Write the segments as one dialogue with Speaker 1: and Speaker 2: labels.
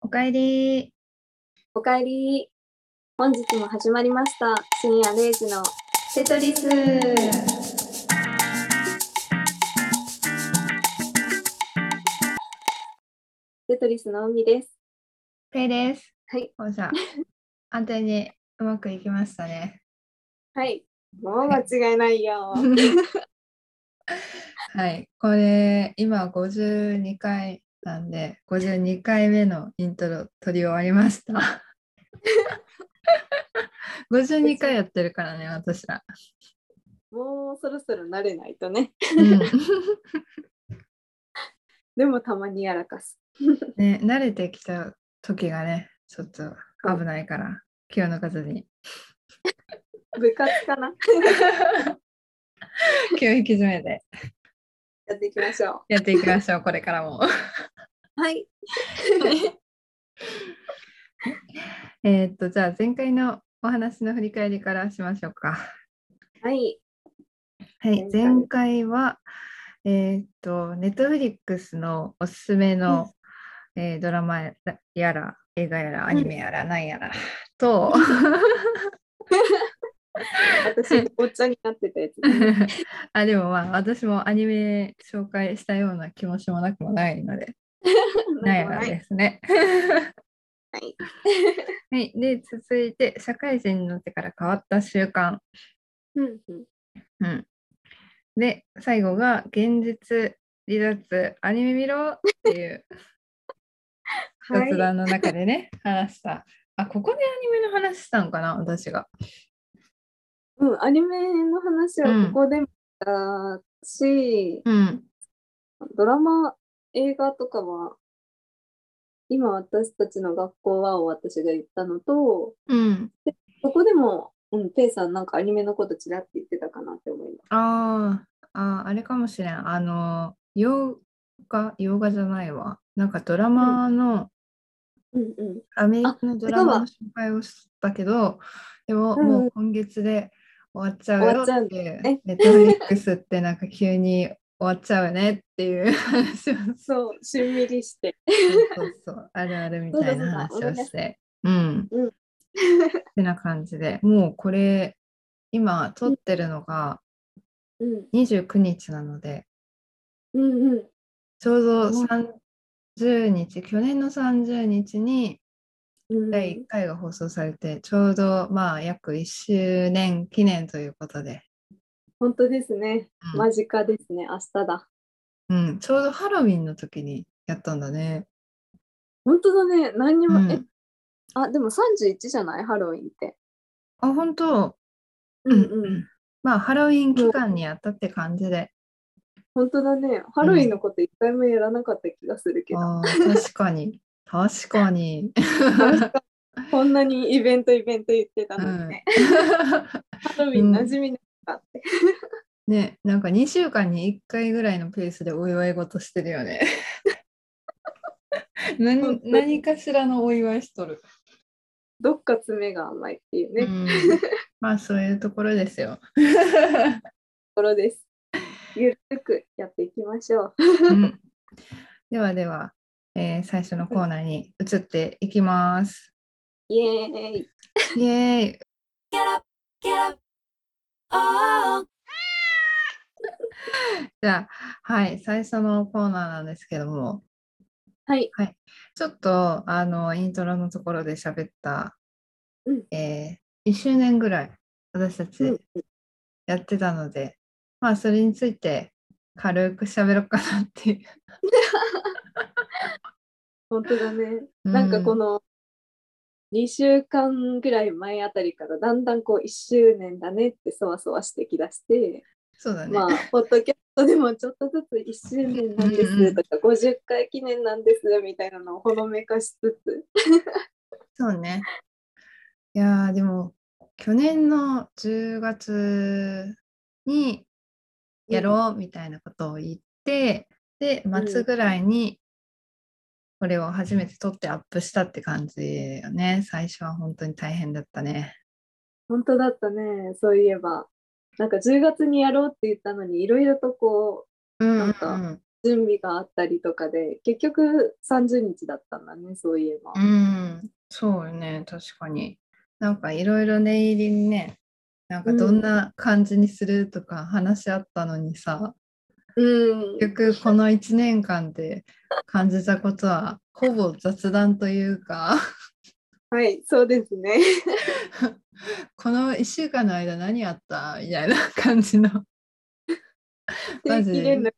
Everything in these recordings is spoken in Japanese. Speaker 1: おかえり。
Speaker 2: おかえり。本日も始まりました。深夜0時の
Speaker 1: テトリス。
Speaker 2: テトリスの海です。
Speaker 1: ペイです。
Speaker 2: はい。
Speaker 1: おうさん。 安定にうまくいきましたね。
Speaker 2: はい。もう間違いない よ。
Speaker 1: はい。これ、今52回なんで、52回目のイントロ撮り終わりま した。52回やってるからね、私ら。
Speaker 2: もうそろそろ慣れないとね。
Speaker 1: うん
Speaker 2: でもたまにやらかす。
Speaker 1: ね、慣れてきた時がね、ちょっと危ないから、気を抜かずに。
Speaker 2: 部活かな
Speaker 1: 気を引き締めて
Speaker 2: やっていきましょ
Speaker 1: やっていきましょう、これからも。
Speaker 2: う。はい。
Speaker 1: えーっと、じゃあ前回のお話の振り返りからしましょうか。
Speaker 2: はい。
Speaker 1: はい、
Speaker 2: 前回
Speaker 1: 前回は、えーっと、ネットフリックスのおすすめの、えードラマやら、映画やら、アニメやら、なんやらと、
Speaker 2: 私、お茶になってたやつ。
Speaker 1: あ、でもまあ、私もアニメ紹介したような気もしもなくもないので、なんやら
Speaker 2: はい。
Speaker 1: ですね。
Speaker 2: はい。
Speaker 1: はい、で、続いて、社会人になってから変わった習慣。
Speaker 2: うんうん
Speaker 1: うん、で最後が現実離脱アニメ見ろっていう 雑
Speaker 2: はい。
Speaker 1: 談の中でね、話したあここでアニメの話したのかな私が
Speaker 2: うん、アニメの話はここでもしたし、
Speaker 1: うん
Speaker 2: ドラマ、映画とかは、今私たちの学校はを私が言ったのと、
Speaker 1: うん
Speaker 2: そこでも、うん、ペイさんなんかアニメのことちらって言ってたかなって思います。
Speaker 1: あーあーあれかもしれんあの洋画洋画じゃないわなんかドラマの、
Speaker 2: うんうん。
Speaker 1: アメリカのドラマの紹介をしたけど、でも、
Speaker 2: うん
Speaker 1: もう今月で終わっちゃうよ
Speaker 2: 終わっちゃう
Speaker 1: っ
Speaker 2: ん
Speaker 1: て
Speaker 2: だ
Speaker 1: いう、
Speaker 2: ね
Speaker 1: ネットフリックスってなんか急に終わっちゃうよねっていう話を、
Speaker 2: そう、しんみりして。
Speaker 1: そうそう、あるあるみたいな話を
Speaker 2: そうそ
Speaker 1: し
Speaker 2: うそ
Speaker 1: て、うん。
Speaker 2: うん
Speaker 1: ってな感じで、もうこれ、今撮ってるのが
Speaker 2: うん。
Speaker 1: 29日なので、
Speaker 2: うんうん。
Speaker 1: ちょうど30日、去年の30日に、
Speaker 2: うん、
Speaker 1: 第1回が放送されて、ちょうどまあ約1周年記念ということで、
Speaker 2: 本当ですね。
Speaker 1: うん
Speaker 2: 間近ですね。明日だ。
Speaker 1: うん、ちょうどハロウィンの時にやったんだね。
Speaker 2: 本当だね。何にも、
Speaker 1: うん
Speaker 2: え、あ、でも31じゃないハロウィンって。
Speaker 1: あ、本当、
Speaker 2: うん
Speaker 1: う
Speaker 2: うん。
Speaker 1: んまあハロウィン期間にやったって感じで、
Speaker 2: 本当だね。ハロウィンのこと一回もやらなかった気がするけど。
Speaker 1: あー確かに、確かに。
Speaker 2: なんかこんなにイベントイベント言ってたのにね、ハロウィン馴染みなかったって、
Speaker 1: ね、なんか2週間に1回ぐらいのペースでお祝い事してるよ ね。何何かしらのお祝いしとる。
Speaker 2: どっか爪が甘いっていうね、
Speaker 1: う
Speaker 2: と
Speaker 1: ん、まあそういうところですよ。
Speaker 2: ころです。ゆるくやっていきましょう。
Speaker 1: うんではでは、えー最初のコーナーに移っていきます。
Speaker 2: イエーイ
Speaker 1: イエーイ。じゃあ、はい、最初のコーナーなんですけども、
Speaker 2: はい。
Speaker 1: ちょっとあのイントロのところで喋った、
Speaker 2: うん
Speaker 1: えー1周年ぐらい私た
Speaker 2: う
Speaker 1: ち
Speaker 2: ん
Speaker 1: やってたので、まあそれについて軽く喋ろうかなっていう。
Speaker 2: 本当だね。なんかこの2週間ぐらい前あたりからだんだんこう1周年だねってそわそわしてきだして、
Speaker 1: そうだね。
Speaker 2: まあ、ポッドキャストでもちょっとずつ1周年なんで
Speaker 1: うんうん
Speaker 2: すとか、50回記念なんですみたいなのをほのめかしつつ、
Speaker 1: そうね。いやーでも去年の10月にやろうみたいなことを言って、で
Speaker 2: ん
Speaker 1: 末ぐらいにこれを初めて撮ってアップしたって感じよね最初は本当に大変だったね。
Speaker 2: 本当だったね、そういえば。なんか10月にやろうって言ったのに、いろいろとこ
Speaker 1: うん
Speaker 2: なんか
Speaker 1: うん
Speaker 2: う、準備があったりとかで結局30日だったんだねそういえば。
Speaker 1: うん、そうよね、確かに。なんかいろいろ念入りにね、なんかどんな感じにするとか話し合ったのにさ、
Speaker 2: うん
Speaker 1: 結局この1年間で感じたことはほぼ雑談というか、
Speaker 2: はいそうですね。
Speaker 1: この1週間の間何あったみたいな感じの、 マ
Speaker 2: で
Speaker 1: ジで
Speaker 2: きれな2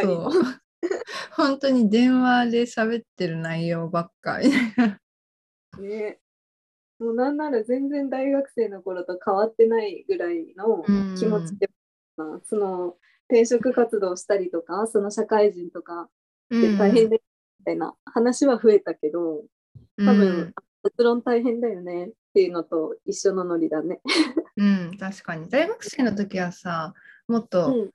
Speaker 2: 人
Speaker 1: そ
Speaker 2: も
Speaker 1: う。 本当に電話で喋ってる内容ばっかみたいな。
Speaker 2: ね。もうなんなら全然大学生の頃と変わってないぐらいの気持ちで、その転職活動したりとかその社会人とかで 大変だよみたいな話は増えたけど、
Speaker 1: うん
Speaker 2: 多分卒論大変だよねっていうのと一緒のノリだね。
Speaker 1: うん、確かに。大学生の時はさ、もっと
Speaker 2: うん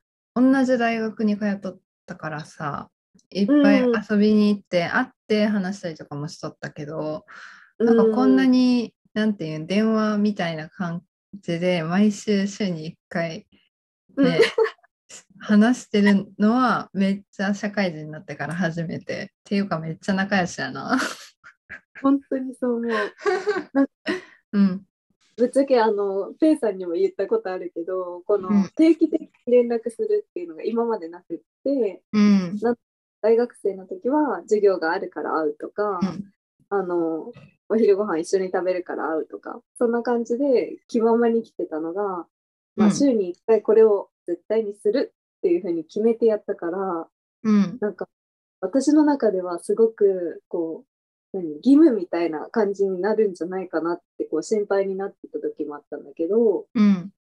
Speaker 1: 同じ大学に通っとったからさ、いっぱい遊びに行って、会って話したりとかもしとったけど、なんかこんなに、なんていうん電話みたいな感じで、毎週週に1回、ね、話してるのは、めっちゃ社会人になってから初めて。っていうか、めっちゃ仲良しやな。
Speaker 2: 本当にそう思う。
Speaker 1: うん。
Speaker 2: ぶっちゃけあのペイさんにも言ったことあるけどこの
Speaker 1: うん
Speaker 2: 定期的に連絡するっていうのが今までなくって
Speaker 1: うん。
Speaker 2: 大学生の時は授業があるから会うとか、
Speaker 1: うん
Speaker 2: あのお昼ご飯一緒に食べるから会うとかそんな感じで気ままに来てたのが、ま
Speaker 1: う
Speaker 2: あ、
Speaker 1: ん
Speaker 2: 週に1回これを絶対にするっていうふうに決めてやったから
Speaker 1: うん。
Speaker 2: なんか私の中ではすごくこう何義務みたいな感じになるんじゃないかなってこう心配になってた時もあったんだけど
Speaker 1: うん。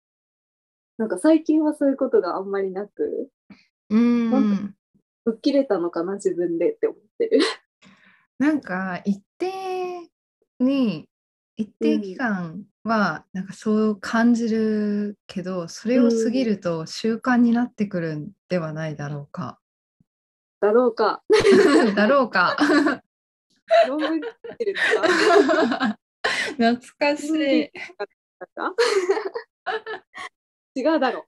Speaker 2: なんか最近はそういうことがあんまりなく
Speaker 1: うん。
Speaker 2: 吹っ切れたのかな自分でって思ってる。
Speaker 1: なんか一定に一定期間はなんかそう感じるけど、それを過ぎると習慣になってくるんではないだろうか。
Speaker 2: だろうか
Speaker 1: だろうか。
Speaker 2: 論文書いてるのか
Speaker 1: 懐かしい。
Speaker 2: なんか違うだろ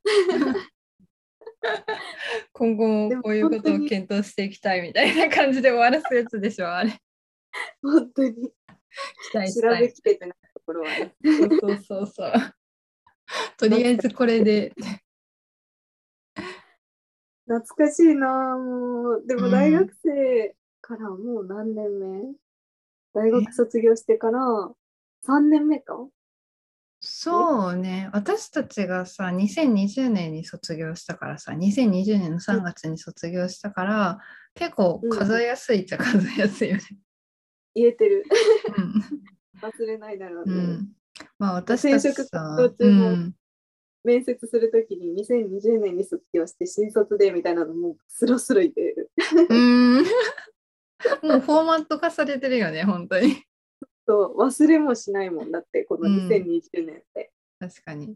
Speaker 1: 今後もこういうことを検討していきたいみたいな感じで終わらすやつでしょ あれ。
Speaker 2: う。本当に
Speaker 1: 期待し
Speaker 2: 調
Speaker 1: た
Speaker 2: べ
Speaker 1: い。
Speaker 2: きれてないところはある。
Speaker 1: そうそうそう そう。とりあえずこれで。
Speaker 2: 懐かしいなあもう。で
Speaker 1: う
Speaker 2: も
Speaker 1: ん
Speaker 2: 大学生からもう何年目大学卒業してから3年目か
Speaker 1: そうね私たちがさ2020年に卒業したからさ2020年の3月に卒業したから、結構数えやすいっちゃ数えやすい よね。
Speaker 2: 言え てる。忘れないだろう
Speaker 1: う
Speaker 2: ね。
Speaker 1: んうんまあ私たち
Speaker 2: 転職
Speaker 1: さ
Speaker 2: 活、動
Speaker 1: う
Speaker 2: 中も
Speaker 1: ん、
Speaker 2: 面接するときに2020年に卒業して新卒でみたいなのもうスロスロ言ってる。
Speaker 1: うん もうフォーマット化されてるよね本当に。
Speaker 2: そう忘れもしないもんだってこの
Speaker 1: うん
Speaker 2: 2020年って。
Speaker 1: 確かに。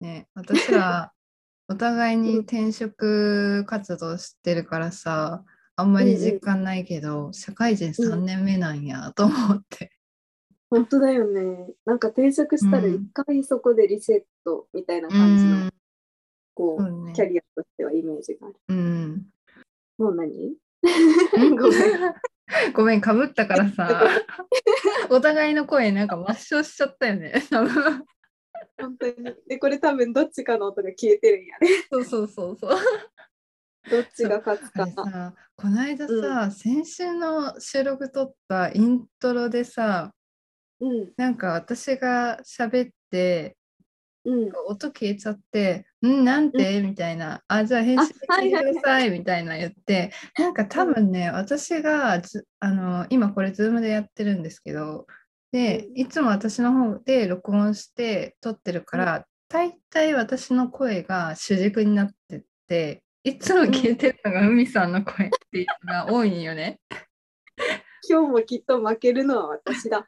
Speaker 1: ね私ら お互いに転職活動してるからさあんまり実感ないけど、社会人3年目なんやと思って。
Speaker 2: 本当だよね。なんか転職したら
Speaker 1: うん
Speaker 2: 一回そこでリセットみたいな感じの、
Speaker 1: うん
Speaker 2: こ、
Speaker 1: そううね
Speaker 2: キャリアとしてはイメージがある。
Speaker 1: うん、
Speaker 2: もう何
Speaker 1: ん
Speaker 2: ごめん。
Speaker 1: ごめんかぶったからさ お互いの声なんか抹消しちゃったよね多分
Speaker 2: 本当に。で、これ多分どっちかの音が消えてるんやね。
Speaker 1: そうそうそうそう
Speaker 2: どっちが勝つ
Speaker 1: あ
Speaker 2: か
Speaker 1: れ。さこの間さ、先週の収録撮ったイントロでさ
Speaker 2: うん。
Speaker 1: なんか私が喋って
Speaker 2: うん。
Speaker 1: 音消えちゃって「んなんて?」みたいな「あじゃあ編集で
Speaker 2: あ
Speaker 1: 聞いて
Speaker 2: はいはいはい
Speaker 1: ください」みたいな言ってなんか多分ね私がずあの今これ Zoom でやってるんですけどで
Speaker 2: うん
Speaker 1: いつも私の方で録音して撮ってるから大体私の声が主軸になってていつも消えてるのが海さんの声っていうのが多いんよね。
Speaker 2: 今日もきっと負けるのは私だ。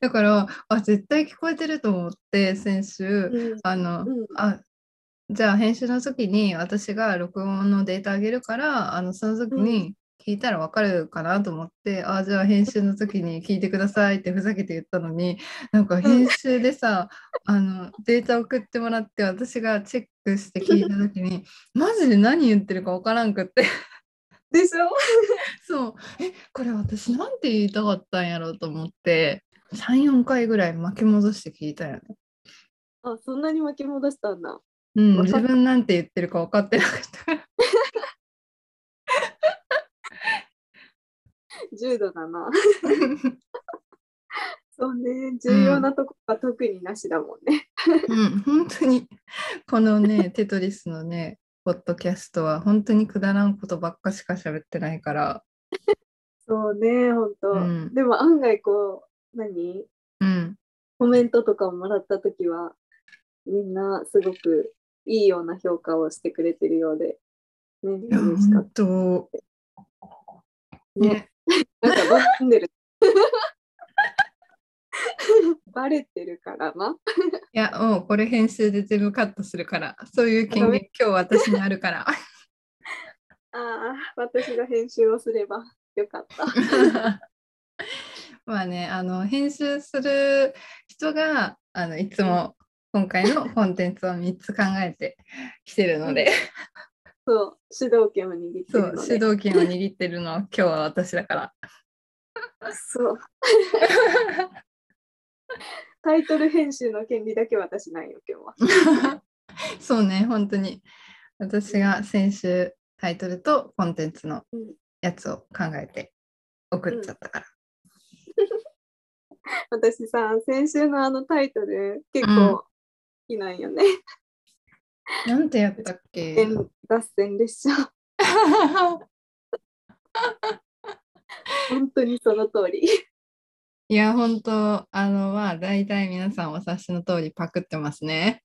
Speaker 1: だからあ絶対聞こえてると思って先週
Speaker 2: うん。
Speaker 1: あの
Speaker 2: うん
Speaker 1: あじゃあ編集の時に私が録音のデータあげるからあのその時に聞いたらわかるかなと思ってああじゃあ編集の時に聞いてくださいってふざけて言ったのになんか編集でさあのデータ送ってもらって私がチェックして聞いた時にマジで何言ってるかわからんくって
Speaker 2: でしょ
Speaker 1: そうえこれ私なんて言いたかったんやろうと思って34回ぐらい巻き戻して聞いたよね。
Speaker 2: あそんなに巻き戻したんだ。
Speaker 1: う
Speaker 2: わ
Speaker 1: ん、
Speaker 2: かっ
Speaker 1: 自分なんて言ってるか分かってなか った。
Speaker 2: 重度だな。そうね、重要なとこが特になしだもんね。
Speaker 1: うん、本当にこの ね「テトリス」のねポッドキャストは本当にくだらんことばっかしか喋ってないから、
Speaker 2: そうね、ほんと。
Speaker 1: うん
Speaker 2: でも案外こう、何
Speaker 1: うん、
Speaker 2: コメントとかをもらったときは、みんなすごくいいような評価をしてくれてるようで、ね、
Speaker 1: いや
Speaker 2: 嬉しかっ
Speaker 1: 本当
Speaker 2: たね。なんかバレてる。 バレてるからな。
Speaker 1: いやもうこれ編集で全部カットするからそういう権
Speaker 2: ダ
Speaker 1: 限今日私にあるから
Speaker 2: ああ、私が編集をすればよかった。
Speaker 1: まあねあの編集する人があのいつも今回のコンテンツを3つ考えてきてるので
Speaker 2: そう、主導権を握っ て
Speaker 1: そ
Speaker 2: る
Speaker 1: う
Speaker 2: の
Speaker 1: 主
Speaker 2: で。
Speaker 1: 導権を握ってるのは今日は私だから。
Speaker 2: そう。タイトル編集の権利だけ私ないよ、今日は。
Speaker 1: そうね、本当に。私が先週タイトルとコンテンツの
Speaker 2: うん
Speaker 1: やつを考えて送っちゃったから。
Speaker 2: 私さ、先週のあのタイトル、結
Speaker 1: うん
Speaker 2: 構好きなんよね。
Speaker 1: なんてやったっけ
Speaker 2: えん脱線列車。本当にその通り。
Speaker 1: いや、本当あの、まあ、大体皆さんお察しの通りパクってますね。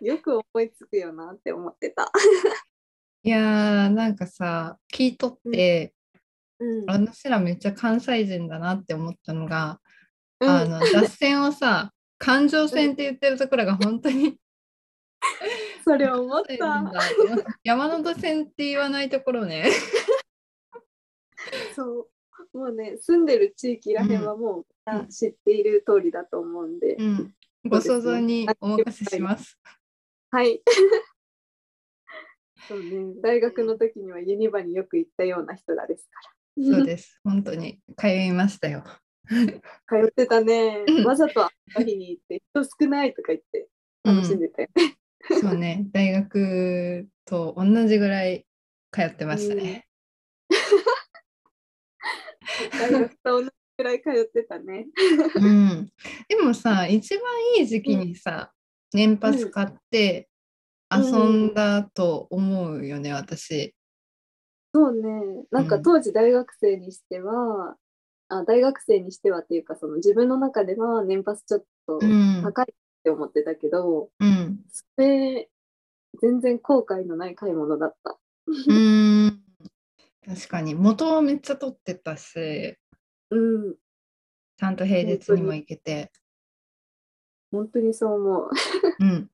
Speaker 2: よく思いつくよなって思ってた。
Speaker 1: いやー、なんかさ、聞いとって、
Speaker 2: うん
Speaker 1: 私らめっちゃ関西人だなって思ったのが、
Speaker 2: うん
Speaker 1: あの脱線をさ感情線って言ってるところが本当に
Speaker 2: それ思っ
Speaker 1: 関西人
Speaker 2: た
Speaker 1: だ。と思って山手線って言わないところね。
Speaker 2: そう。もうね、住んでる地域らへんはもうみんな知っている通りだと思うんで。
Speaker 1: うん、ご想像にお任せします。
Speaker 2: はい。 そうね、大学の時にはユニバによく行ったような人らですから。
Speaker 1: そうです。本当に通いましたよ。
Speaker 2: 通ってたね
Speaker 1: うん。
Speaker 2: わざと朝日に行って人少ないとか言って楽しんで たよね。
Speaker 1: そうね。大学と同じぐらい通ってましたね。
Speaker 2: 大学と同じくらい通ってたね。
Speaker 1: うん。でもさ、一番いい時期にさ、年パス買って遊んだと思うよね、私。
Speaker 2: そうね、なんか
Speaker 1: うん
Speaker 2: 当時大学生にしては、あ大学生にしてはっていうかその自分の中では年パスちょっと
Speaker 1: うん。
Speaker 2: 高いって思ってたけど、
Speaker 1: うん。
Speaker 2: それ全然後悔のない買い物だった。
Speaker 1: うん。確かに元をめっちゃ取ってたし、
Speaker 2: うん、
Speaker 1: ちゃんと平日にも行けて。
Speaker 2: 本当にそう思う。
Speaker 1: うん。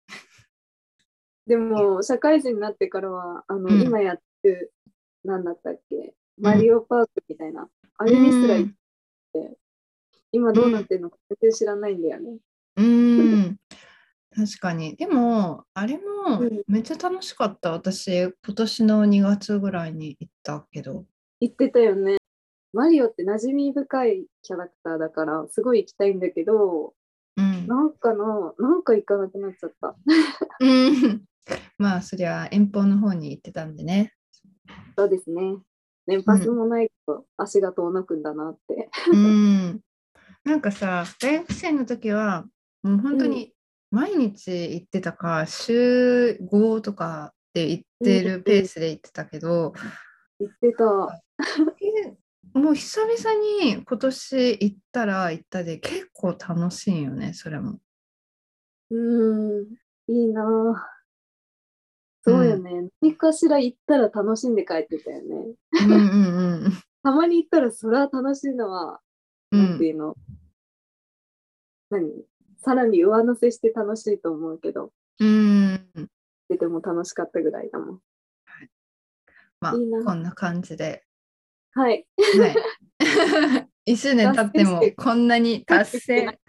Speaker 2: でも社会人になってからはあの、
Speaker 1: うん
Speaker 2: 今やってる何だったっけマリオパークみたいな、あれにすら行って、今どうなってるのか全然知らないんだよね。
Speaker 1: うーん、 確かに。でも、あれも
Speaker 2: うん
Speaker 1: めっちゃ楽しかった。私、今年の2月ぐらいに行ったけど。
Speaker 2: 言ってたよね。マリオって馴染み深いキャラクターだからすごい行きたいんだけど
Speaker 1: うん。
Speaker 2: なんかのなんか行かなくなっちゃった
Speaker 1: うん まあ、そりゃ遠方の方に行ってたんでね。
Speaker 2: そうですね年パスもないと足が遠のくんだなって、
Speaker 1: うん。なんかさ、大学生の時は、もう本当に毎日行ってたか、週5とかで行ってるペースで行ってたけど、
Speaker 2: 行ってた
Speaker 1: えもう久々に今年行ったら行ったで結構楽しいよね、それも。
Speaker 2: うんいいなあそうよね、何かしら行ったら楽しんで帰ってたよね
Speaker 1: うんうんうん
Speaker 2: たまに行ったらそら楽しいのは、
Speaker 1: う
Speaker 2: なんて
Speaker 1: ん
Speaker 2: いうの何さらに上乗せして楽しいと思うけど
Speaker 1: うん。
Speaker 2: 出ても楽しかったぐらいだもん
Speaker 1: まあ
Speaker 2: いいな
Speaker 1: こんな感じで、
Speaker 2: はい。
Speaker 1: はい、1周年 経っても
Speaker 2: 達成して
Speaker 1: こんなに達
Speaker 2: 達成してな
Speaker 1: 成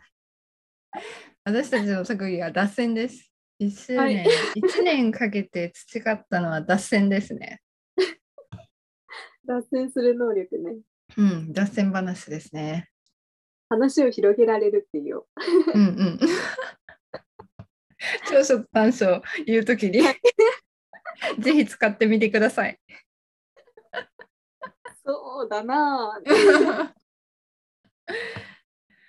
Speaker 1: 私たちの特技は脱線です1周年、
Speaker 2: はい
Speaker 1: 1年かけて培ったのは脱線ですね
Speaker 2: 脱線する能力ね。
Speaker 1: うん脱線話ですね
Speaker 2: 話を広げられるっていうよ。
Speaker 1: うんうん 長所と短所を言うときに ぜひ使ってみてくださ い
Speaker 2: そうだなぁ。
Speaker 1: は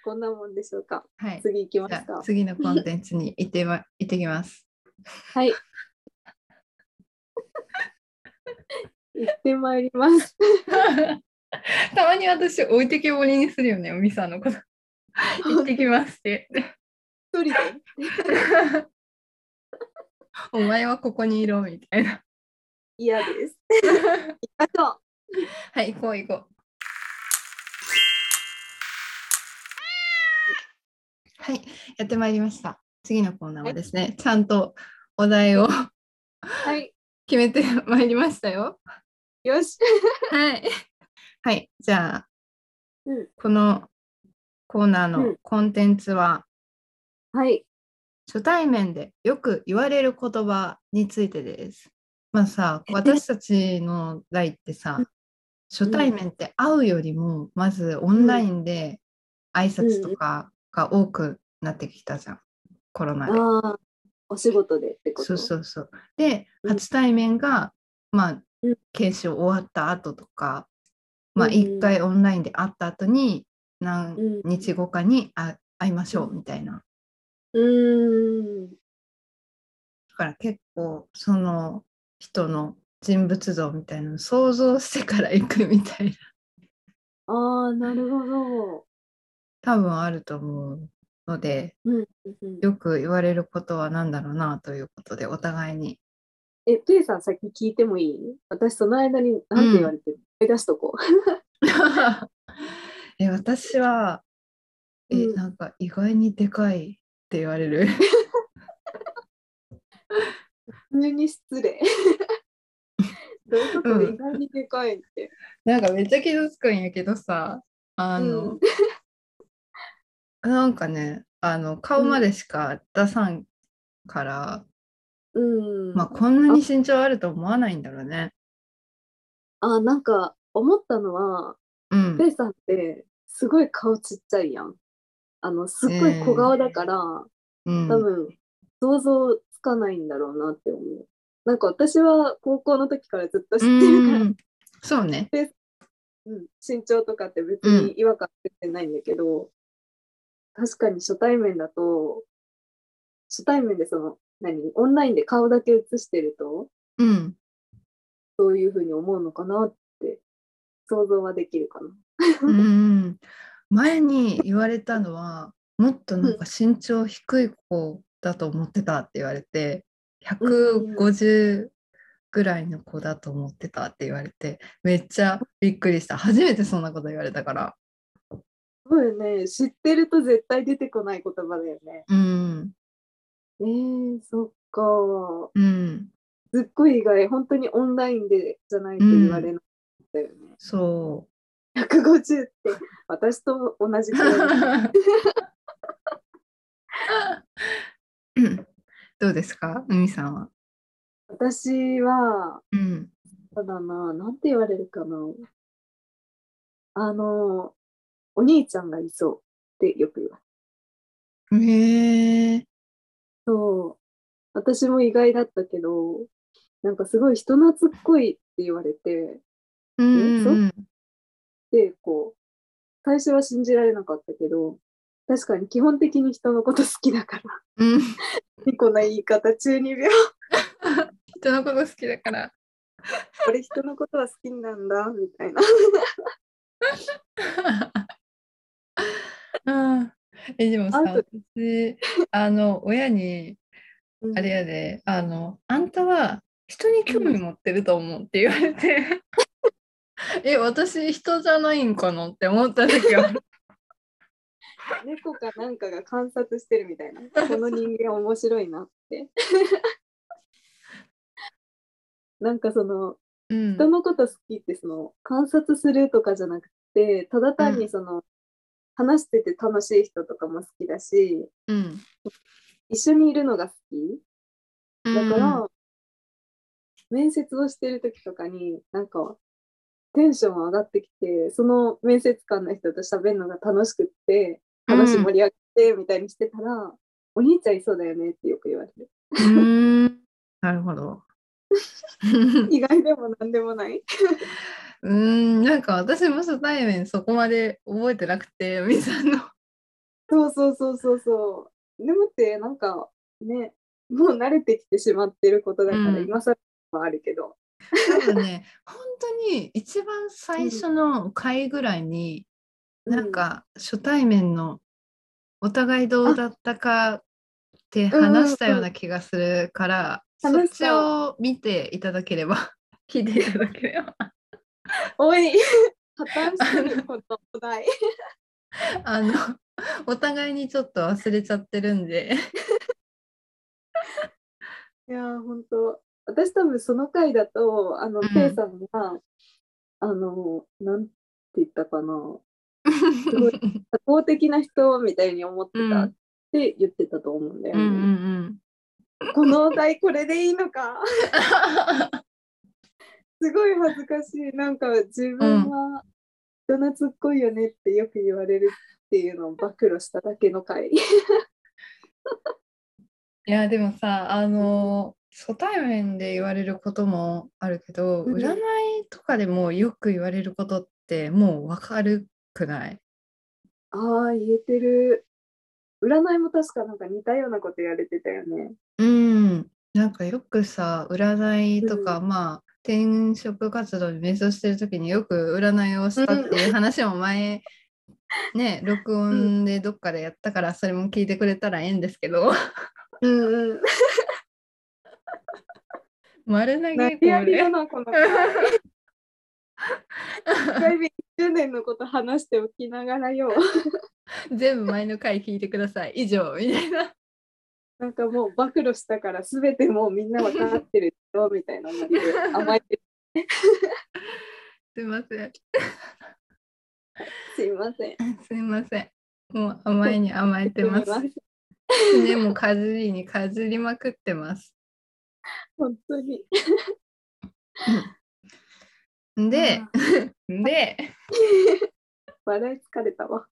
Speaker 2: こんなもんでしょうか。
Speaker 1: い
Speaker 2: 次行きます
Speaker 1: じゃあ
Speaker 2: か。
Speaker 1: 次のコンテンツに行ってま行ってきます
Speaker 2: はい。行ってまいります。
Speaker 1: たまに私置いてけぼりにするよね、おみさんのこと。行ってきますって。
Speaker 2: 一人で。
Speaker 1: お前はここにいろみたいな。
Speaker 2: 嫌です。行きましょう。
Speaker 1: はい、行こう行こう。はい、やってまいりました。次のコーナーはですね、ちゃんとお題を
Speaker 2: はい。
Speaker 1: 決めてまいりましたよ。
Speaker 2: よし。
Speaker 1: はい。はい、じゃあ、
Speaker 2: うん
Speaker 1: このコーナー
Speaker 2: う
Speaker 1: の
Speaker 2: ん
Speaker 1: コンテンツは、
Speaker 2: はい。
Speaker 1: 初対面でよく言われる言葉についてです。まあさ、私たちの代ってさ
Speaker 2: うん、
Speaker 1: 初対面って会うよりも、まずオンラインで挨拶とかが多くなってきたじゃん、コロナで。
Speaker 2: ああ。お仕事でってこと。
Speaker 1: そうそうそう。で、
Speaker 2: うん
Speaker 1: 初対面が、まあ
Speaker 2: うん、
Speaker 1: 研修終わった後とか、まあ、
Speaker 2: うん
Speaker 1: 一回オンラインで会った後に、何
Speaker 2: うん
Speaker 1: 日後かにあ会いましょうみたいな。
Speaker 2: うーん。
Speaker 1: だから結構その人の人物像みたいなのを想像してから行くみたいな
Speaker 2: ああ、なるほど。
Speaker 1: 多分あると思うので
Speaker 2: うんうんうん
Speaker 1: よく言われることは何だろうなということでお互いに
Speaker 2: え、ペイさん先聞いてもいい私その間に何て言われてる、思い出しとこう。
Speaker 1: え私はえ、
Speaker 2: うん
Speaker 1: なんか意外にでかいって言われる
Speaker 2: 普通に失 礼。どういうこと
Speaker 1: うん
Speaker 2: 意外にでかいって。
Speaker 1: なんかめっちゃ傷つくんやけどさあの、 なんかねあの顔までしか出さんから、
Speaker 2: うん。
Speaker 1: まあ、こんなに身長あると思わないんだろうね。
Speaker 2: あ、なんか思ったのは、
Speaker 1: うん
Speaker 2: ペ。イさんってすごい顔ちっちゃいやん。あの、すっごい小顔だから、
Speaker 1: うん
Speaker 2: 多分想像つかないんだろうなって思う。なんか私は高校の時からずっと知ってるから、
Speaker 1: うんそうね。
Speaker 2: うん、身長とかって別に違和感出てないんだけど、確かに初対面だと、初対面でその、何オンラインで顔だけ写してると、
Speaker 1: うん。
Speaker 2: どういうふうに思うのかなって、想像はできるかな。
Speaker 1: うん、前に言われたのは、もっとなんか身長低い子だと思ってたって言われて、150ぐらいの子だと思ってたって言われて、めっちゃびっくりした。初めてそんなこと言われたから。
Speaker 2: そうよね。知ってると絶対出てこない言葉だよね。
Speaker 1: うん。
Speaker 2: えー、そっか。
Speaker 1: うん。
Speaker 2: すっごい意外。本当にオンラインでじゃないと言われなかったよね。
Speaker 1: そ
Speaker 2: 150って、私と同じ
Speaker 1: う。
Speaker 2: くらい。
Speaker 1: うん どうですか、海さんは。
Speaker 2: 私は、
Speaker 1: うん。
Speaker 2: そうだな、なんて言われるかな。あの、お兄ちゃんがいそうってよく言われる。
Speaker 1: へえ。
Speaker 2: そう。私も意外だったけど、なんかすごい人懐っこいって言われて、
Speaker 1: うんうんうん。
Speaker 2: で、こう、最初は信じられなかったけど、確かに基本的に人のこと好きだから、
Speaker 1: うん。
Speaker 2: ニコな言い方、中二病、
Speaker 1: 人のこと好きだから。
Speaker 2: 俺人のことは好きなんだ、みたいな。
Speaker 1: うん。え、でもさ、
Speaker 2: アウ
Speaker 1: 私、あの、親に、あれやで、あの、あんたは人に興味持ってると思うって言われ て、え、私、人じゃないんかなって思った時 は、
Speaker 2: 猫かなんかが観察してるみたいなこの人間 面白いなってなんかその
Speaker 1: うん
Speaker 2: 人のこと好きってその観察するとかじゃなくてただ単にその、話してて楽しい人とかも好きだし
Speaker 1: うん
Speaker 2: 一緒にいるのが好きだから、
Speaker 1: うん
Speaker 2: 面接をしてる時とかになんかテンション上がってきてその面接官の人と喋るのが楽しくって話盛り上がってみたいにしてたら、お兄ちゃんいそうだよねってよく言われる
Speaker 1: うーん なるほ ど。
Speaker 2: 意外でも何でもない
Speaker 1: ー
Speaker 2: う
Speaker 1: んなんか私も初対面そこまで覚えてなくてみさんの。
Speaker 2: そうそうそうそうそう。でもって、なんかね、もう慣れてきてしまってることだか
Speaker 1: う
Speaker 2: ら、
Speaker 1: ん
Speaker 2: 今更はあるけど。
Speaker 1: 多分ね 本当に一番最初の回ぐらいに、なんか初対面のお互いどうだったかって話したような気がするから、
Speaker 2: うんうん
Speaker 1: そ
Speaker 2: うん
Speaker 1: っちを見ていただければ 聞いていただければ
Speaker 2: うん、おい 破綻してることもない。
Speaker 1: あのお互いにちょっと忘れちゃってるんで
Speaker 2: いやー、ほんと。私多分その回だと、あの、
Speaker 1: うん
Speaker 2: ペイさんが、あの、なんて言ったかな、ごい 社交的な人みたいに思ってたって言ってたと思うんだよ
Speaker 1: うんう
Speaker 2: ね。
Speaker 1: んうん
Speaker 2: このお題これでいいのか すごい恥ずかしいなんか自分は人懐っこいよねってよく言われるっていうのを暴露しただけの回
Speaker 1: い やでもさあの初対面で言われることもあるけど
Speaker 2: うん
Speaker 1: 占いとかでもよく言われることってもう分かるくない
Speaker 2: ああ言えてる占いも確かなんか似たようなことやれてたよね
Speaker 1: うんなんかよくさ占いとか、
Speaker 2: う
Speaker 1: まあ転職活動に瞑想してる時によく占いをしたっていう話も 前、ね録音でどっかでやったからそれも聞いてくれたらええんですけど
Speaker 2: うんうん
Speaker 1: 丸投
Speaker 2: 何
Speaker 1: げこ
Speaker 2: やりだ
Speaker 1: れ
Speaker 2: なこの 回だいぶ10年のこと話しておきながらよ
Speaker 1: 全部前の回聞いてください以上みたいな。
Speaker 2: なんかもう暴露したから全てもうみんなわかってるよみたいなノリで甘えてる
Speaker 1: すいません。
Speaker 2: すいません
Speaker 1: すいません。もう甘えに甘えて ます
Speaker 2: すい。ません
Speaker 1: でもかじりにかじりまくってます。
Speaker 2: 本当に
Speaker 1: で、で、
Speaker 2: 笑い疲れたわ。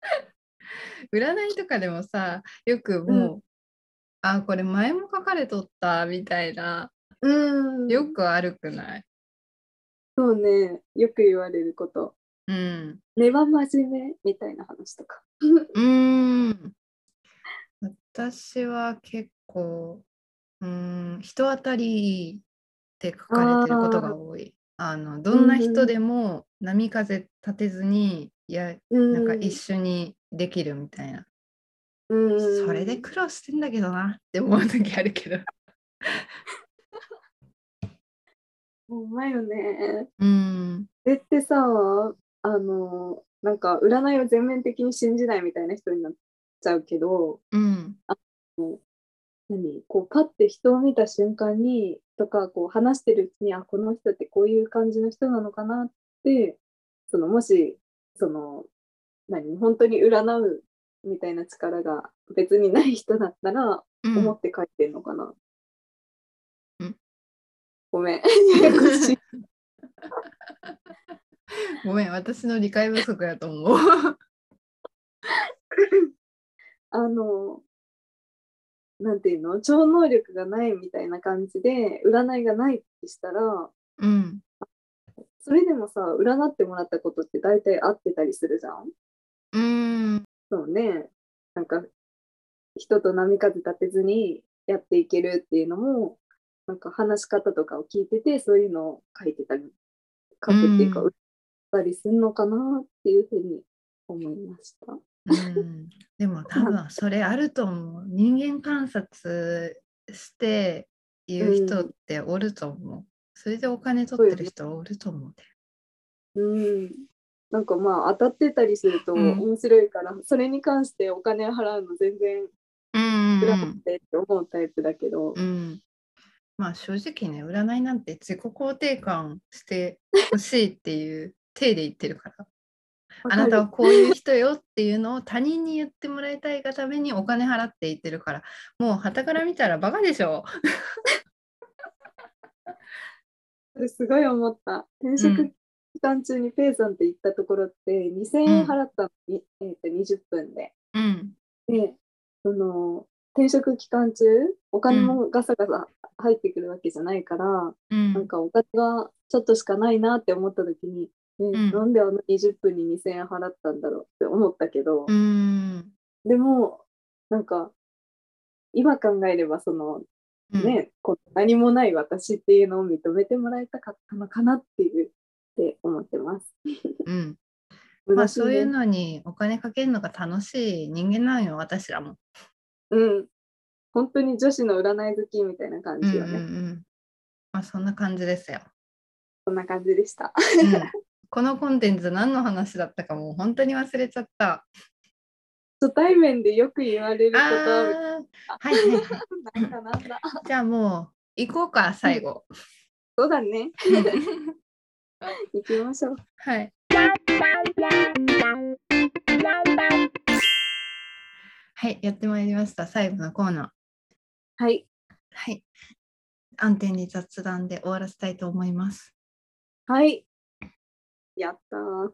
Speaker 1: 占いとかでもさ、よくもう、あ、これ前も書かれとったみたいな、
Speaker 2: うん
Speaker 1: よく悪くない。
Speaker 2: そうね、よく言われること。
Speaker 1: うん。
Speaker 2: 根は真面目みたいな話とか。
Speaker 1: うーん。私は結構、うーん、人当たりって書かれてることが多い。あのどんな人でも波風立てずに、いや
Speaker 2: な
Speaker 1: なんか一緒にできるみたいな、
Speaker 2: うん、
Speaker 1: それで苦労してんだけどなって思う時あるけど
Speaker 2: ほんまよね。
Speaker 1: うん
Speaker 2: それってさ、あの、なんか占いを全面的に信じないみたいな人になっちゃうけど、
Speaker 1: うん
Speaker 2: 何こうパッて人を見た瞬間にとかこう話してるうちにあこの人ってこういう感じの人なのかなってそのもしその何本当に占うみたいな力が別にない人だったら
Speaker 1: うん
Speaker 2: 思って書いてんのかな、
Speaker 1: うん
Speaker 2: ごめんややこしい
Speaker 1: ごめん私の理解不足やと思う
Speaker 2: あのなんていうの超能力がないみたいな感じで占いがないってしたら
Speaker 1: うん
Speaker 2: それでもさ占ってもらったことって大体合ってたりするじゃん
Speaker 1: うん
Speaker 2: そうね、なんか人と波風立てずにやっていけるっていうのも、なんか話し方とかを聞いてて、そういうのを書いてたり、書くっていうか、
Speaker 1: うん
Speaker 2: 売ったりするのかなっていうふうに思いました。
Speaker 1: うんでも多分それあると思う人間観察して言う人っておると思う、それでお金取ってる人おると思うで
Speaker 2: うん。なんかまあ当たってたりすると
Speaker 1: うん
Speaker 2: 面白いから、それに関してお金払うの全然
Speaker 1: うん
Speaker 2: 裏ってって思うタイプだけど、
Speaker 1: うんまあ正直ね占いなんて自己肯定感してほしいっていう体で言ってる からあなたはこういう人よっていうのを他人に言ってもらいたいがためにお金払って言ってるからもう傍から見たらバカでしょ
Speaker 2: それすごい思った。転
Speaker 1: う
Speaker 2: 職
Speaker 1: ん
Speaker 2: 期間中にペイさんって行ったところって2000円払ったのに、えーと20分で。
Speaker 1: うん
Speaker 2: で、その転職期間中、お金もガサガサ入ってくるわけじゃないから、
Speaker 1: うん
Speaker 2: なんかお金がちょっとしかないなって思った時に、ね
Speaker 1: ん
Speaker 2: なんであの20分に2000円払ったんだろうって思ったけど、
Speaker 1: うん
Speaker 2: でも、なんか、今考えればその
Speaker 1: うん
Speaker 2: ね、こう何もない私っていうのを認めてもらいたかったのかなっていうって思ってます。
Speaker 1: うんまあそういうのにお金かけるのが楽しい人間なんよ私らも。
Speaker 2: うん。本当に女子の占い好きみたいな感
Speaker 1: うん
Speaker 2: じ
Speaker 1: う
Speaker 2: よ
Speaker 1: んう
Speaker 2: ね。
Speaker 1: んまあそんな感じですよ。
Speaker 2: そんな感じでした。
Speaker 1: うん このコンテンツ何の話だったかもう本当に忘れちゃった。
Speaker 2: 初対面でよく言われるこ
Speaker 1: あ
Speaker 2: と
Speaker 1: ー
Speaker 2: は
Speaker 1: はいはいはい。
Speaker 2: なんだ なんだ。
Speaker 1: じゃあもう行こうか最後。
Speaker 2: そうだね。行きましょう。
Speaker 1: はい。はい、やってまいりました。最後のコーナー。
Speaker 2: はい。
Speaker 1: はい。安定に雑談で終わらせたいと思います。
Speaker 2: はい。やったー。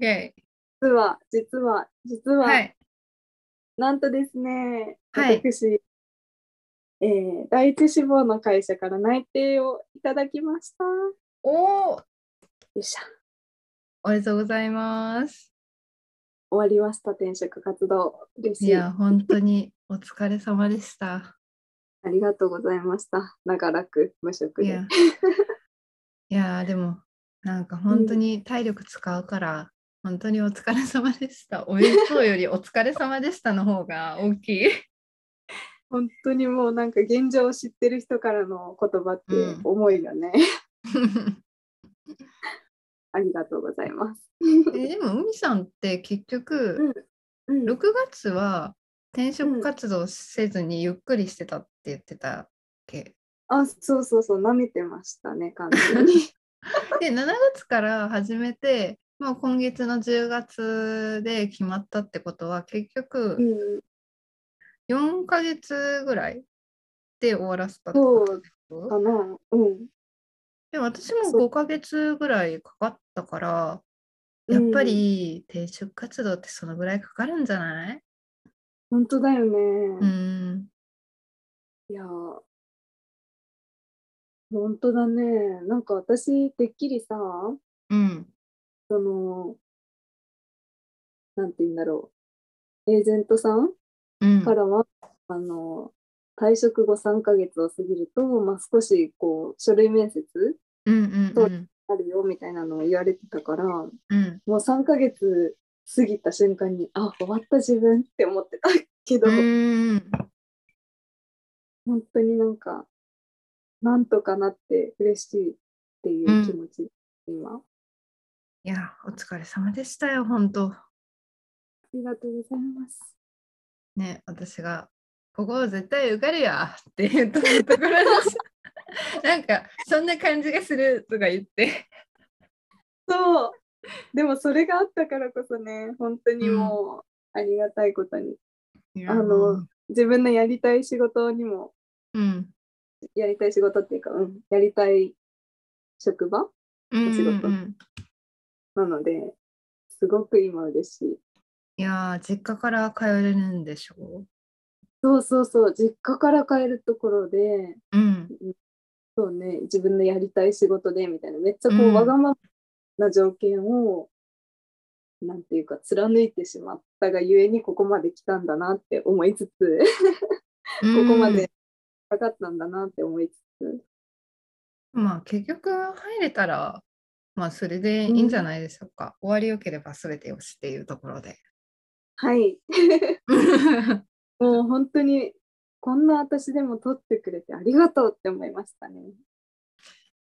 Speaker 1: イェイ。
Speaker 2: 実は、実は、実は、
Speaker 1: はい。
Speaker 2: なんとですね、
Speaker 1: はい
Speaker 2: 私、えー第一志望の会社から内定をいただきました。よ
Speaker 1: おお。
Speaker 2: っしゃ、
Speaker 1: おめでとうございます。
Speaker 2: 終わりました、転職活動。嬉し
Speaker 1: い
Speaker 2: い。
Speaker 1: や、
Speaker 2: あ
Speaker 1: 本当にお疲れ様でした。
Speaker 2: りがとうございました。長らく無職
Speaker 1: い
Speaker 2: で
Speaker 1: や。。いや、でも、なんか本当に体力使うから、本当にお疲れ様でした。おめでとうよりお疲れ様でしたの方が大きい。
Speaker 2: 本当にもうなんか現状を知ってる人からの言葉って
Speaker 1: うん
Speaker 2: 重いよね。 ありがとうございます。
Speaker 1: えでも海さんって結
Speaker 2: うん
Speaker 1: 局
Speaker 2: うん
Speaker 1: 6月は転職活動せずにゆっくりしてたって言ってたっけ、
Speaker 2: あ、そうそうそう、舐めてましたね、完全に。
Speaker 1: で7月から始めて、まあ、今月の10月で決まったってことは結
Speaker 2: う
Speaker 1: 局
Speaker 2: ん、
Speaker 1: 4ヶ月ぐらいで終わらせたってこ
Speaker 2: そ
Speaker 1: と
Speaker 2: う
Speaker 1: でし
Speaker 2: か
Speaker 1: ょ
Speaker 2: な。うん。
Speaker 1: で私も
Speaker 2: そう
Speaker 1: 5ヶ月ぐらいかかったからやっぱり転職活動ってそのぐらいかかるんじゃない
Speaker 2: 本当だよね。
Speaker 1: うん
Speaker 2: いやー、本当だね。なんか私、てっきりさ、
Speaker 1: うん
Speaker 2: その、なんて言うんだろう。エージェントさん
Speaker 1: うん
Speaker 2: からは、あの、退職後3ヶ月を過ぎると、まあ、少し、こう、書類面接
Speaker 1: うんうん
Speaker 2: そううんあるよ、みたいなのを言われてたから、も
Speaker 1: うん
Speaker 2: う3ヶ月過ぎた瞬間に、あ、終わった自分って思ってたけど、
Speaker 1: うん
Speaker 2: 本当になんか、なんとかなって嬉しいっていう気持ち、今。あ
Speaker 1: いやお疲れ様でしたよ本当
Speaker 2: りがとうございます。
Speaker 1: ね私が「ここ絶対受かるや」って言ったところです なんかそんな感じがするとか言って
Speaker 2: そう。でもそれがあったからこそね、本当にもう、ありがたいことに、あの自分のやりたい仕事にも、
Speaker 1: うん
Speaker 2: やりたい仕事っていうか、うん、やりたい職場
Speaker 1: うん
Speaker 2: お仕事
Speaker 1: うんうん
Speaker 2: なので、すごく今嬉しい。
Speaker 1: いやー実家から通れるんでしょ
Speaker 2: そうそうそう、実家から帰るところで、
Speaker 1: ううん
Speaker 2: そうね、自分のやりたい仕事でみたいな、めっちゃこう、
Speaker 1: うん
Speaker 2: わがままな条件を、なんていうか、貫いてしまったがゆえに、ここまで来たんだなって思いつつ、
Speaker 1: こ
Speaker 2: ここまでかかったんだなって思いつつ、
Speaker 1: まあ結局入れたらまあそれでいいんじゃないでしょうか、終わりよければ全てよしっていうところ で
Speaker 2: はい、もう本当に、こんな私でも取ってくれてありがとうって思いましたね。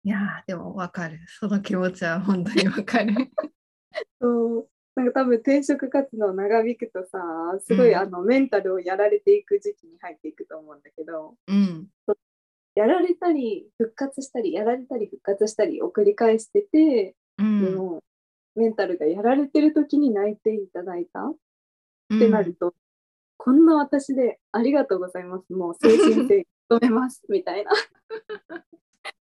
Speaker 1: いやーでもわかるその気持ちは本当にわかる
Speaker 2: そうなんか多分転職活動長引くとさすご
Speaker 1: う
Speaker 2: い
Speaker 1: ん
Speaker 2: あのメンタルをやられていく時期に入っていくと思うんだけど、
Speaker 1: うん
Speaker 2: やられたり復活したりやられたり復活したりを繰り返してて、
Speaker 1: うん
Speaker 2: でもメンタルがやられてる時に泣いていただいたってなると、こんな私でありがとうございますもう精 神性止めますみたいな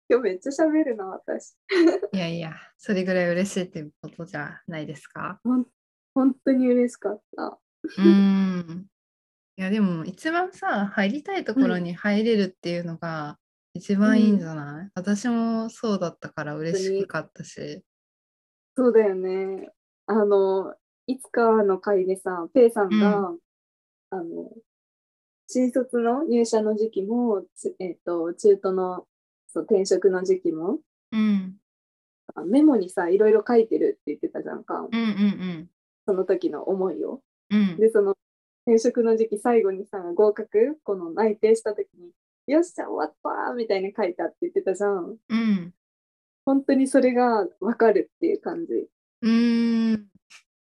Speaker 2: 今日めっちゃ喋るな私
Speaker 1: うんいやいや、それぐらい嬉しいってことじゃないですか。
Speaker 2: 本当に嬉しかった
Speaker 1: うん。いや、でも一番さ、入りたいところに入れるっていうのが一番いいんじゃない、私もそうだったから嬉しかったし。
Speaker 2: そうだよねあのいつかの会でさペイさんが、
Speaker 1: う
Speaker 2: あの新卒の入社の時期も、つえっと中途のそう転職の時期も
Speaker 1: うん。
Speaker 2: あメモにさいろいろ書いてるって言ってたじゃんか、
Speaker 1: うんうん
Speaker 2: その時の思いを。
Speaker 1: うん。うん。
Speaker 2: でその転職の時期最後にさ合格この内定した時に「よっしゃ終わった!」みたいに書いたって言ってたじゃん
Speaker 1: うん。
Speaker 2: 本当にそれが分かるっていう感じ
Speaker 1: うん。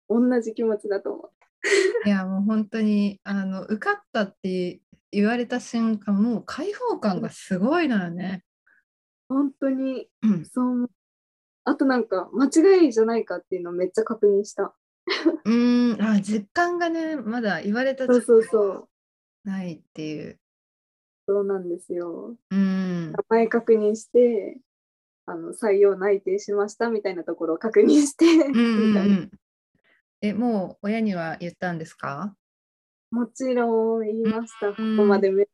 Speaker 2: 同じ気持ちだと思
Speaker 1: いやもう本当にあの受かったって言われた瞬間もう開放感がすごいのよね。
Speaker 2: う本当に
Speaker 1: うん、
Speaker 2: そう思うあとなんか間違いじゃないかっていうのをめっちゃ確認した
Speaker 1: うーんあ実感がねまだ言われた
Speaker 2: そうそうそう
Speaker 1: ないっていう。
Speaker 2: そうなんですよ
Speaker 1: うん
Speaker 2: 名前確認してあの採用内定しましたみたいなところを確認して
Speaker 1: うんうん
Speaker 2: み
Speaker 1: う
Speaker 2: たいなん
Speaker 1: えもう親には言ったんですか
Speaker 2: もちろん言いました。ここ
Speaker 1: うん
Speaker 2: まで目を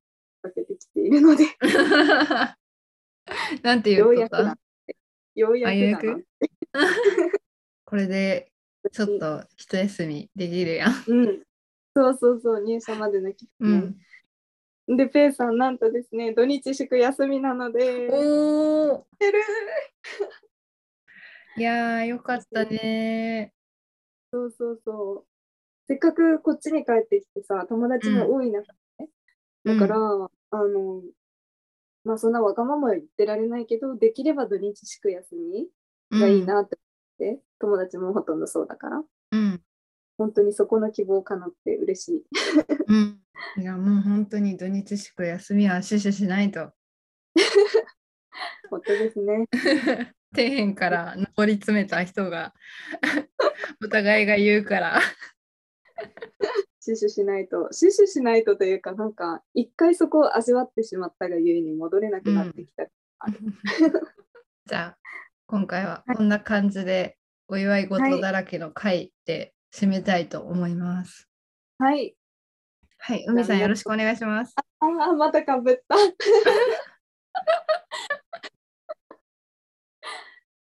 Speaker 2: かけてきているので、
Speaker 1: なんてい
Speaker 2: よう
Speaker 1: うこ
Speaker 2: や
Speaker 1: と
Speaker 2: くだ
Speaker 1: だ
Speaker 2: って。ようや
Speaker 1: あようや
Speaker 2: くだ な
Speaker 1: くこれでちょっと一休みできるやん。
Speaker 2: うん。そうそうそう、入社までの期
Speaker 1: う
Speaker 2: 間、
Speaker 1: ん、
Speaker 2: ねで、ペイさん、なんとですね、土日祝休みなので、
Speaker 1: おお
Speaker 2: てる
Speaker 1: いやーよかったね
Speaker 2: そうそうそう。せっかくこっちに帰ってきてさ、友達も多い中で、ね
Speaker 1: うん
Speaker 2: だから、あの、まあそんなわがままは言ってられないけど、できれば土日祝休みがいいなって思って、友達もほとんどそうだから。
Speaker 1: うん
Speaker 2: 本当にそこの希望かなって嬉しい。
Speaker 1: うん、いやもう本当に土日祝休みは死守しないと
Speaker 2: 本当ですね。
Speaker 1: 底辺から上り詰めた人が お互いが言うから
Speaker 2: 死守しないと、死守しないとというか、なんか、一回そこを味わってしまったがゆえに戻れなくなってきた。
Speaker 1: じゃあ今回はこんな感じでお祝い事だらけの会で締めたいと思います。
Speaker 2: はい。
Speaker 1: はい、海さんよろしくお願いします。
Speaker 2: ああ、またかぶった。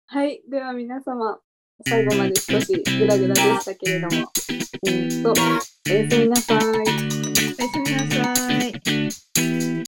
Speaker 2: はい。では皆様、最後まで少しグラグラでしたけれども、えーっと、おやすみなさい。
Speaker 1: おやすみなさい。